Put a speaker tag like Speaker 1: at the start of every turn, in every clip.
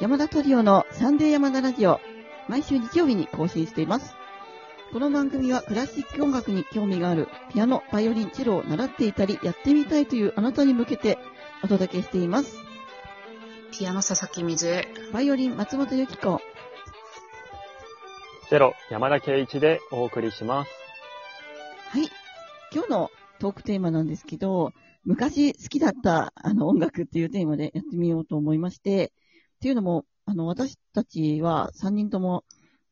Speaker 1: 山田トリオのサンデー山田ラジオ、毎週日曜日に更新しています。この番組はクラシック音楽に興味がある、ピアノ、バイオリン、チェロを習っていたり、やってみたいというあなたに向けてお届けしています。
Speaker 2: ピアノ佐々木水江。
Speaker 1: バイオリン、松本由紀子。
Speaker 3: ゼロ、山田圭一でお送りします。
Speaker 1: はい。今日のトークテーマなんですけど、昔好きだったあの音楽っていうテーマでやってみようと思いまして、っていうのも、あの、私たちは3人とも、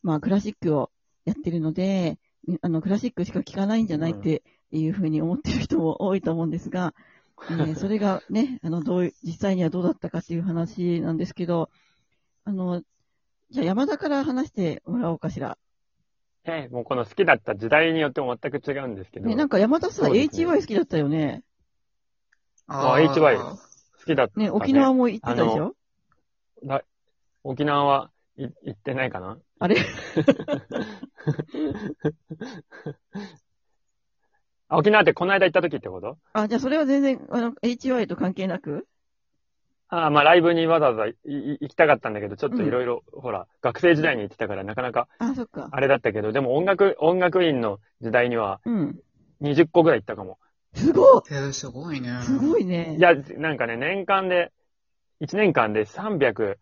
Speaker 1: まあ、クラシックをやってるので、みあの、クラシックしか聴かないんじゃないっていうふうに思ってる人も多いと思うんですが、えー それがね、あの、どうい、実際にはどうだったかっていう話なんですけど、あの、じゃあ山田から話してもらおうかしら。
Speaker 3: えもうこの好きだった時代によっても全く違うんですけど、
Speaker 1: ね、なんか山田さ、
Speaker 3: そうですね
Speaker 1: HY 好きだったよね。
Speaker 3: あ HY 好きだった、
Speaker 1: ね、沖縄も行ってたでしょ
Speaker 3: 沖縄はい行ってないかな
Speaker 1: あれ
Speaker 3: あ沖縄ってこの間行った時ってこと
Speaker 1: あ、じゃあそれは全然、あの、HY と関係なく
Speaker 3: ああ、まあライブにわざわざいい行きたかったんだけど、ちょっといろいろ、ほら、学生時代に行ってたからなかなか
Speaker 1: あ、そっか。
Speaker 3: あれだったけど、でも音楽、音楽院の時代には
Speaker 1: うん。
Speaker 3: 20個ぐらい行ったかも。
Speaker 1: すごい
Speaker 2: えー、すごいね。
Speaker 1: すごいね。
Speaker 3: いや、なんかね、年間で、1年間で300、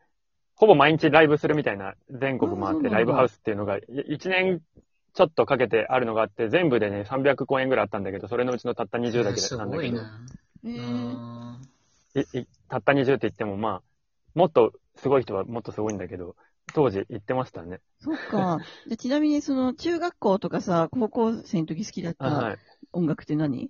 Speaker 3: ほぼ毎日ライブするみたいな、全国回
Speaker 1: う
Speaker 3: っ
Speaker 1: んうんう
Speaker 3: て
Speaker 1: ん
Speaker 3: ライブハウスっていうのが、1年ちょっとかけてあるのがあって、全部でね、300公演ぐらいあったんだけど、それのうちのたった20だけ
Speaker 2: す
Speaker 3: だったんだ
Speaker 2: ご
Speaker 3: け
Speaker 2: い
Speaker 3: ど
Speaker 2: ね。、
Speaker 1: え
Speaker 2: う
Speaker 1: ー、
Speaker 2: ん
Speaker 3: いいたった20って言っても、まあ、もっとすごい人はもっとすごいんだけど、当時行ってましたね。
Speaker 1: そっか。じゃあちなみに、その、中学校とかさ、高校生の時好きだっ
Speaker 3: あは
Speaker 1: た
Speaker 3: い。
Speaker 1: 音楽って何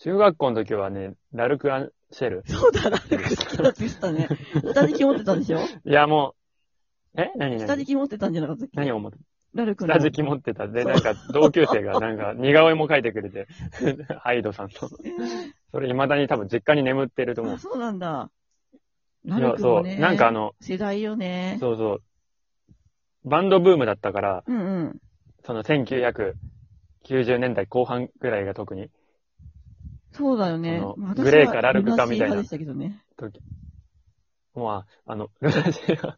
Speaker 3: 中学校の時はね、ラルク・アンシェル。
Speaker 1: そうだ、ラルク好きだって言ってた ね。下敷き持ってたんでしょ
Speaker 3: いや、もう、え何
Speaker 1: 下敷
Speaker 3: 何
Speaker 1: き持ってたんじゃなかったっけ
Speaker 3: 何を思って
Speaker 1: ラルクの。
Speaker 3: 下敷き持ってた。で、
Speaker 1: そう
Speaker 3: なんか、同級生が、なんか、似顔絵も描いてくれて、ハイドさんと。
Speaker 1: えー
Speaker 3: それ、未だに多分、実家に眠ってると思
Speaker 1: あ、
Speaker 3: う。
Speaker 1: そうなんだ。ラ
Speaker 3: い
Speaker 1: ル
Speaker 3: や、
Speaker 1: ク
Speaker 3: そ
Speaker 1: も
Speaker 3: う。
Speaker 1: ね。
Speaker 3: なんかあの、
Speaker 1: 世代よね。
Speaker 3: そうそう。バンドブームだったから、
Speaker 1: うんうん。
Speaker 3: その1990年代後半ぐらいが特に、
Speaker 1: そうだよね
Speaker 3: あの。
Speaker 1: まあ私は
Speaker 3: グレーかラルクかみたいな
Speaker 1: ルナシー派でしたけどね。
Speaker 3: まあ、あの、 ルナシー、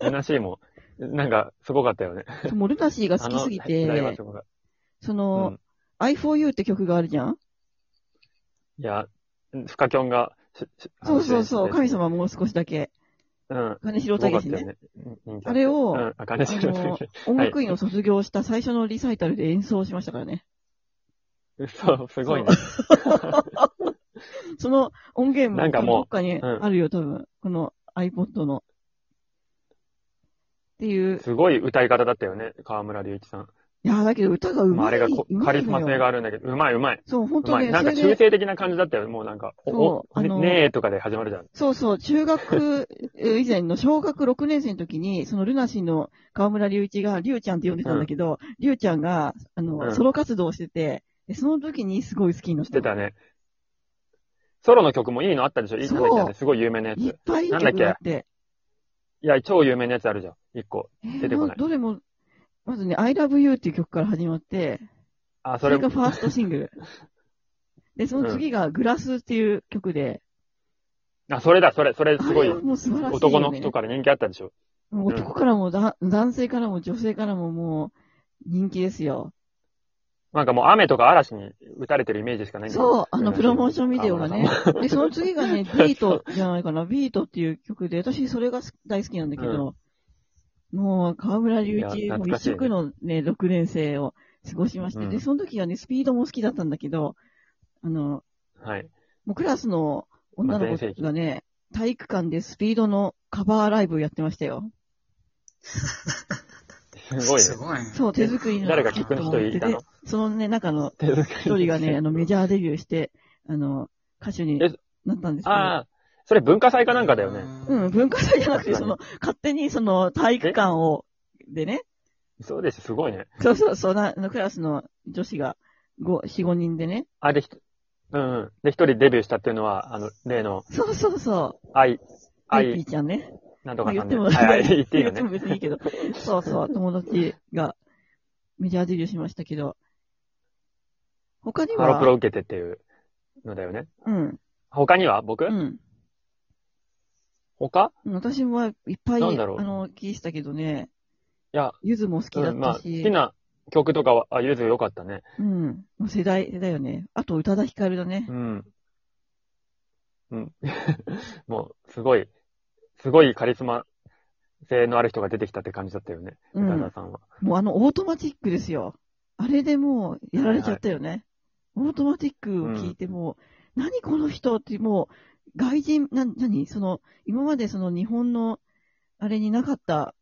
Speaker 1: う
Speaker 3: ルナシーも、なんか、すごかったよね。
Speaker 1: ん。そうモルタシーが好
Speaker 3: あ
Speaker 1: き
Speaker 3: の
Speaker 1: すぎ
Speaker 3: 時代は
Speaker 1: て
Speaker 3: す、ごかっ
Speaker 1: そ
Speaker 3: た。う
Speaker 1: の
Speaker 3: ん、。
Speaker 1: I for You って曲があるじゃん
Speaker 3: いや、フカキョンが、ししあ
Speaker 1: そ
Speaker 3: の
Speaker 1: うそうそう、
Speaker 3: 出演
Speaker 1: 神
Speaker 3: してて
Speaker 1: 様もう少しだけ。
Speaker 3: うん。
Speaker 1: 金
Speaker 3: す
Speaker 1: 城
Speaker 3: ごか
Speaker 1: 武
Speaker 3: った
Speaker 1: 史
Speaker 3: よ
Speaker 1: ね。
Speaker 3: ね。人気
Speaker 1: あれを
Speaker 3: うん、あ金
Speaker 1: あ
Speaker 3: 城
Speaker 1: の
Speaker 3: 武、
Speaker 1: 音楽院を卒業した最初のリサイタルで演奏しましたからね。
Speaker 3: 嘘、すごいね。
Speaker 1: その音源
Speaker 3: な
Speaker 1: も
Speaker 3: んかもう
Speaker 1: どっかにあるよ、多分。この iPod の。っていう。
Speaker 3: すごい歌い方だったよね、河村隆一さん。
Speaker 1: いやー、だけど歌がうま
Speaker 3: まあ、あ
Speaker 1: い。
Speaker 3: れがこ
Speaker 1: うま
Speaker 3: カ
Speaker 1: いの
Speaker 3: リスマ性があるんだけど、うまいうまい。
Speaker 1: そう、本
Speaker 3: う
Speaker 1: 当
Speaker 3: まい。
Speaker 1: ね、
Speaker 3: な
Speaker 1: そ
Speaker 3: んか
Speaker 1: れ
Speaker 3: 中
Speaker 1: で、
Speaker 3: 性的な感じだったよ。もうなんか、お
Speaker 1: そう
Speaker 3: お
Speaker 1: あの
Speaker 3: ねねえとかで始まるじゃん。
Speaker 1: そうそう、中学え以前の小学6年生の時に、そのルナシーの河村隆一が、リュウちゃんって呼んでたんだけど、リュウちゃんが、あの、
Speaker 3: うん
Speaker 1: ソロ活動をしてて、でその時にすごい好きになっ
Speaker 3: して
Speaker 1: た。
Speaker 3: たね。ソロの曲もいいのあったでしょいい
Speaker 1: そう
Speaker 3: なんだっけあれすごい有名なやつ。
Speaker 1: いっ
Speaker 3: い
Speaker 1: ぱいいい曲があって。
Speaker 3: や、超有名なやつあるじゃん。一個。
Speaker 1: えー
Speaker 3: 出てこない
Speaker 1: どどれも、まずね、I love you っていう曲から始まって、
Speaker 3: あ、
Speaker 1: そ
Speaker 3: そ
Speaker 1: れ
Speaker 3: れ、
Speaker 1: がファーストシングル。で、その次がグラスっていう曲で、
Speaker 3: あ、それだ、それ、それ、すご
Speaker 1: あ
Speaker 3: い
Speaker 1: れ、はもう素晴らしいよ、ね。
Speaker 3: 男の人から人気あったでしょ
Speaker 1: もう男からもだ、男性からも女性からももう人気ですよ。
Speaker 3: なんかもう雨とか嵐に打たれてるイメージしかないんだけど
Speaker 1: そう、あの、プロモーションビデオが ね。
Speaker 3: あ。
Speaker 1: で、その次がね、ビートじゃないかな、ビートっていう曲で、私それがす大好きなんだけど、もう、河村隆
Speaker 3: い
Speaker 1: 一、
Speaker 3: や
Speaker 1: もう
Speaker 3: 懐か
Speaker 1: 一
Speaker 3: しいね
Speaker 1: 色のね、6年生を過ごしまして、
Speaker 3: うん
Speaker 1: で、その時はね、スピードも好きだったんだけど、あの、
Speaker 3: はい。
Speaker 1: もうクラスの女の子がね、体育館でスピードのカバーライブやってましたよ。
Speaker 3: すごい
Speaker 2: す
Speaker 3: ね。
Speaker 2: ごいね。
Speaker 1: そう、手作りの
Speaker 3: 誰か聞く人いたの
Speaker 1: そのね、中の
Speaker 3: 手作り
Speaker 1: 一人が ね、あの、メジャーデビューして、あの、歌手に
Speaker 3: え
Speaker 1: なったんですけど。
Speaker 3: ああ、それ文化祭かなんかだよね。
Speaker 2: う。
Speaker 1: うんん、文化祭じゃなくて、
Speaker 3: 確
Speaker 1: そ
Speaker 3: かに
Speaker 1: の、勝手にその、体育館を、でね、
Speaker 3: そうです、すごいね。
Speaker 1: そうそう、そうな、あの、クラスの女子が、5、4、5人でね、
Speaker 3: あ、で、ひとうんうん。で、一人デビューしたっていうのは、あの、例の、
Speaker 1: そうそうそう、
Speaker 3: 愛、
Speaker 1: アイピ
Speaker 3: 愛
Speaker 1: ー、ちゃんね、
Speaker 3: なんとかさんで。
Speaker 1: まあ
Speaker 3: は
Speaker 1: 言っ
Speaker 3: い
Speaker 1: ても
Speaker 3: はい、言っていいよ
Speaker 1: 別に
Speaker 3: ね。
Speaker 1: 別にいいけど、そうそう、友達が、メジャーデビューしましたけど、他に
Speaker 3: ハロプ
Speaker 1: は、
Speaker 3: ロ受けてっていうのだよね。
Speaker 1: うん、
Speaker 3: 他には僕、
Speaker 1: うん。
Speaker 3: 他
Speaker 1: うん私もいっぱい、あ
Speaker 3: なんだろう
Speaker 1: の、聞いたけどね、
Speaker 3: いや、
Speaker 1: ゆずも好きだ
Speaker 3: うん
Speaker 1: っ
Speaker 3: まあ、
Speaker 1: た
Speaker 3: 好
Speaker 1: し、
Speaker 3: きな曲とかは、あ、ゆずよかったね。
Speaker 1: うん。もう世代、世代よね。あと、宇多田ヒカルだね
Speaker 3: う。ん。うん。 もう、すごい、すごいカリスマ性のある人が出てきたって感じだったよね。
Speaker 1: う
Speaker 3: 宇多田
Speaker 1: ん。
Speaker 3: さんは。
Speaker 1: もうあの、オートマティックですよ。あれでもう、やられちゃったよね。オートマティックを聞いても、何この人って、もう、外人、な、何その、今までその日本の、あれになかった、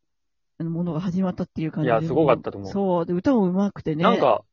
Speaker 1: あのものが始まったっていう感じで。
Speaker 3: いやすごかったと思う
Speaker 1: そう。で、歌も上手くてね。
Speaker 3: なん、か、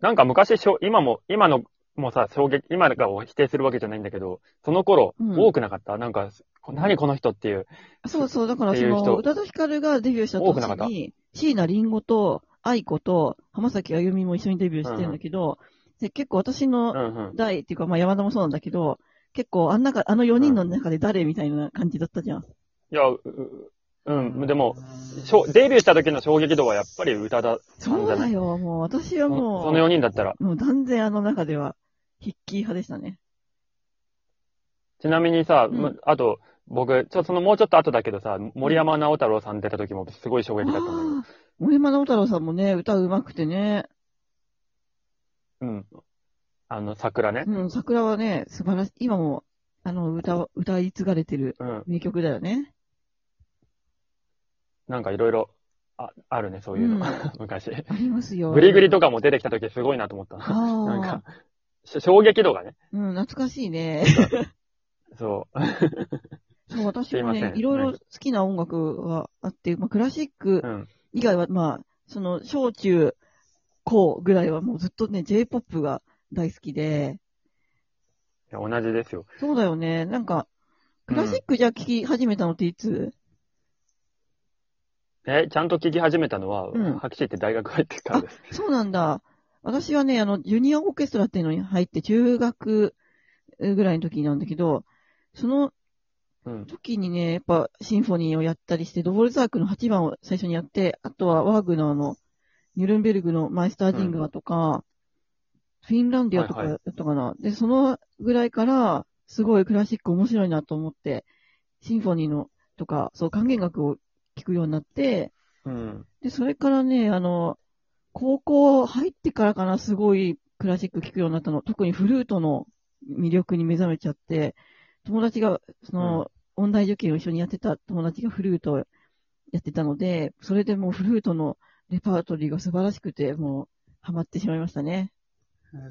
Speaker 3: なんか昔しょ、今も、今の、もうさ、衝撃、今がを否定するわけじゃないんだけど、その頃、
Speaker 1: うん
Speaker 3: 多くなかったなんか、こ何この人っていう。
Speaker 1: そうそう、だから
Speaker 3: っ
Speaker 1: そ
Speaker 3: ていう
Speaker 1: の、
Speaker 3: 人
Speaker 1: 宇多田ヒカルがデビューした
Speaker 3: 多くなかった
Speaker 1: 年に、椎名林檎と愛子と浜崎あゆみも一緒にデビューしてるんだけど、で結構私
Speaker 3: う
Speaker 1: の
Speaker 3: んうん。
Speaker 1: 代っていうか、まあ山田もそうなんだけど、結構あん中、あの4人の中で誰みたいな感じだったじゃん。
Speaker 3: いや、うううん、でも、しょデビューした時の衝撃度はやっぱり宇多田さん
Speaker 1: そ
Speaker 3: じゃ
Speaker 1: う
Speaker 3: な
Speaker 1: だ
Speaker 3: い
Speaker 1: よ、もう私は
Speaker 3: そ
Speaker 1: もう、
Speaker 3: その4人だったら。
Speaker 1: もう断然あの中では、筆記派でしたね。
Speaker 3: ちなみにさ、
Speaker 1: うん
Speaker 3: まあと、僕、ちょ、そのもうちょっと後だけどさ、森山直太朗さん出た時もすごい衝
Speaker 1: あ
Speaker 3: 撃だったんだけど
Speaker 1: あ、森山直太朗さんもね、歌上手くてね、
Speaker 3: うん。あの、桜ね。
Speaker 1: うん、桜はね、素晴らしい、今も、あの、歌を、歌い継がれてる
Speaker 3: うん。
Speaker 1: 名曲だよね。
Speaker 3: なんかいろいろ、あ、あるね、そういうの。
Speaker 1: うん
Speaker 3: 昔。
Speaker 1: ありますよ。
Speaker 3: グリグリとかも出てきた時すごいなと思った。
Speaker 1: あ
Speaker 3: な
Speaker 1: あ、
Speaker 3: んか、し衝撃度がね。
Speaker 1: うん、懐かしいね。
Speaker 3: そう。
Speaker 1: そう、私
Speaker 3: すい
Speaker 1: も
Speaker 3: ま
Speaker 1: ね
Speaker 3: せ、ん
Speaker 1: いろいろ好きな音楽はあって、まあ、クラシック
Speaker 3: うん。
Speaker 1: 以外は、まあ、その、小中高ぐらいはもうずっとね、J-POP が大好きで、
Speaker 3: いや同じですよ。
Speaker 1: そうだよね、なんか、クラシックじゃあ聴き始めたのっていつ、
Speaker 3: え、ちゃんと聞き始めたのは、
Speaker 1: うん
Speaker 3: はっきり言って大学入ってからです。
Speaker 1: そうなんだ。私はね、あの、ジュニアオーケストラっていうのに入って、中学ぐらいの時なんだけど、その
Speaker 3: うん。
Speaker 1: 時にね、やっぱシンフォニーをやったりして、ドボルザークの8番を最初にやって、あとはワーグナーのニュルンベルグのマイスターディングアとか、フィンランディアとか
Speaker 3: はい
Speaker 1: だ
Speaker 3: は
Speaker 1: ったかな。で、そのぐらいから、すごいクラシック面白いなと思って、シンフォニーのとか、そう、管弦楽を聴くようになって、
Speaker 3: うん。
Speaker 1: で、それからね、あの、高校入ってからかな、すごいクラシック聴くようになったの。特にフルートの魅力に目覚めちゃって、友達が、その、音大受験を一緒にやってた友達がフルートをやってたので、それでもうフルートのレパートリーが素晴らしくて、もう、ハマってしまいましたね。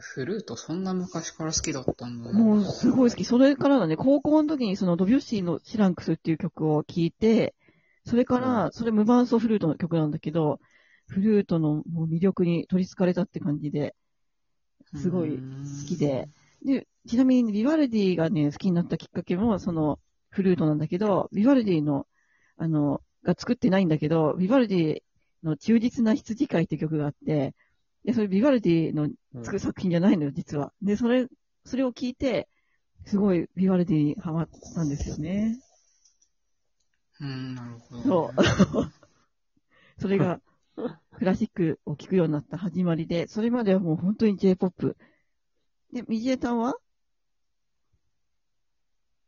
Speaker 2: フルートそんな昔から好きだったんだね。
Speaker 1: もう、すごい好き。それからだね、高校の時にそのドビュッシーのシランクスっていう曲を聴いて、それから、それ無伴奏フルートの曲なんだけど、フルートのもう魅力に取り憑かれたって感じで、すごい好きで。で、ちなみにビバルディがね、好きになったきっかけも、その、フルートなんだけど、ビバルディの、あの、が作ってないんだけど、ビバルディの忠実な羊飼いって曲があって、で、それビバルディの
Speaker 3: うん
Speaker 1: 作る作品じゃないのよ、実は。で、それ、それを聞いて、すごいビバルディにハマったんですよね。
Speaker 2: うん、なる
Speaker 1: そ
Speaker 2: ほど。
Speaker 1: う。それが、クラシックを聴くようになった始まりで、それまではもう本当に J-POP。で、ミジエタンは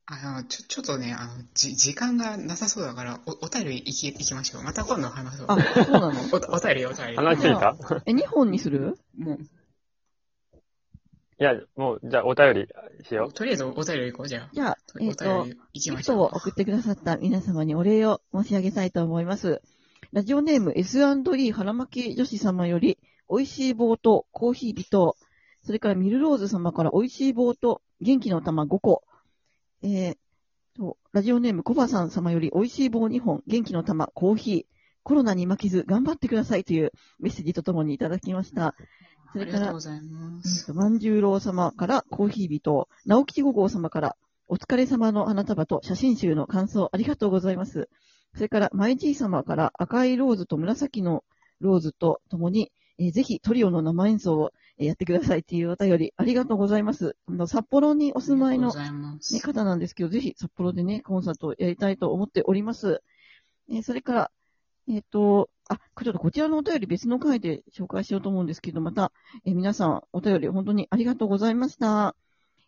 Speaker 2: あの、ちょ、ちょっとね、あの、じ、時間がなさそうだから、お、お便り行き、行きましょう。また今度話そう。
Speaker 1: あ、そう なの
Speaker 2: お、お便り、お便り。
Speaker 3: 話聞いた
Speaker 1: え、2本にする
Speaker 2: も
Speaker 3: いや、もう、じゃあお便りしよ
Speaker 2: う、とりあえずお便り行こう、じゃあ。
Speaker 1: じゃあ、
Speaker 2: と
Speaker 1: えっ、
Speaker 2: お
Speaker 1: と、
Speaker 2: 便り行き
Speaker 1: ギ
Speaker 2: ま
Speaker 1: フ
Speaker 2: し
Speaker 1: トを
Speaker 2: ょ。
Speaker 1: 送ってくださった皆様にお礼を申し上げたいと思います。ラジオネーム S&E 腹巻き女子様より、美味しい棒とコーヒー微糖、それからミルローズ様から美味しい棒と元気の玉5個、えーと、ラジオネームコバさん様より美味しい棒2本、元気の玉コーヒー、コロナに負けず頑張ってくださいというメッセージとともにいただきました。そう
Speaker 2: あ
Speaker 1: れ
Speaker 2: り
Speaker 1: か
Speaker 2: が
Speaker 1: ら
Speaker 2: とうご、ざいま
Speaker 1: えー
Speaker 2: す。
Speaker 1: と万十郎様からコーヒー日と、直吉五号様からお疲れ様の花束と写真集の感想ありがとうございます。それから、マイジー様から赤いローズと紫のローズとともに、えーぜひトリオの生演奏をえーやってくださいっていうお便りありがとうございます。あの札幌にお
Speaker 2: お
Speaker 1: 住まいの
Speaker 2: ありがとうございます。
Speaker 1: ね、方なんですけど、ぜひ札幌でね、コンサートをやりたいと思っております。えーそれから、えっ、と、あ、ちょっとこちらのお便り別の回で紹介しようと思うんですけど、また、えー皆さんお便り本当にありがとうございました。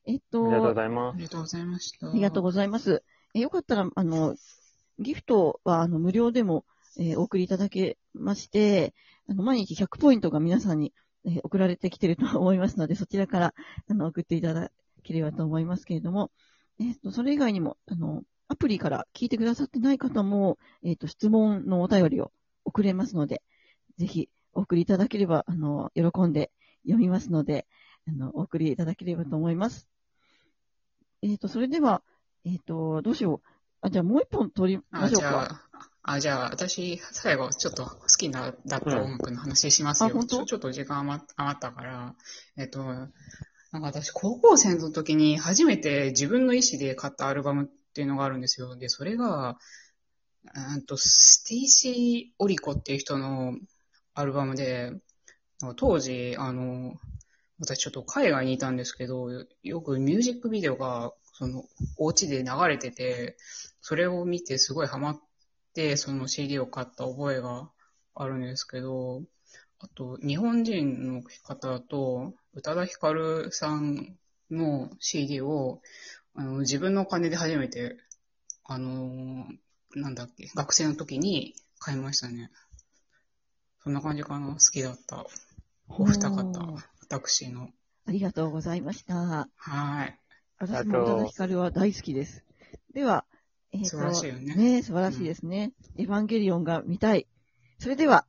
Speaker 1: えっ、
Speaker 3: う。ありがとうご
Speaker 1: と、
Speaker 3: ざいま
Speaker 2: ありがとうございました。
Speaker 1: ありがとうございます。えよかったら、あの、ギフトは、あの、無料でも、えーお送りいただけまして、あの、毎日100ポイントが皆さんに、えー送られてきてると思いますので、そちらから、あの、送っていただければと思いますけれども、えっ、と、それ以外にも、あの、アプリから聞いてくださってない方も、えっ、と、質問のお便りを送れますので、ぜひ、お送りいただければ、あの、喜んで読みますので、あの、お送りいただければと思います。えっ、と、それでは、えっ、と、どうしよう。あ、じゃあもう一本取りま
Speaker 2: あ、
Speaker 1: しょう
Speaker 2: じ
Speaker 1: か。
Speaker 2: ゃあ、あ、じゃあ、私、最後、ちょっと好きな、だった音楽の話しますよ。
Speaker 1: うんあ本当
Speaker 2: ちょちょっと時間余っ余ったから、えっと、なんか私、高校生の時に初めて自分の意思で買ったアルバムっていうのがあるんですよ。で、それが、うんと、ステイシー・オリコっていう人のアルバムで、なんか当時、あの、私ちょっと海外にいたんですけど、よくミュージックビデオが、その、お家で流れてて、それを見てすごいハマって、その CD を買った覚えがあるんですけど、あと、日本人の方だと、宇多田ヒカルさんの CD を、あの自分のお金で初めて、あのーなんだっけ、学生の時に買いましたね。そんな感じかな、好きだった。お二
Speaker 1: お
Speaker 2: 方
Speaker 1: ー、
Speaker 2: 私の。
Speaker 1: ありがとうございました。
Speaker 2: はい。
Speaker 1: 私も宇多田ヒカルは大好きです。では、えー
Speaker 2: 素晴らしいよね
Speaker 1: ね素晴らしいですね、エヴァンゲリオンが見たい。それでは、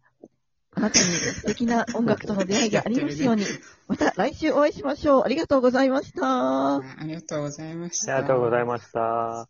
Speaker 1: あなたに素敵な音楽との出会いがありますよ うに、また来週お会いしましょう。ありがとうございました。
Speaker 2: ありがとうございまし
Speaker 3: あり
Speaker 2: た。
Speaker 3: がとうございました。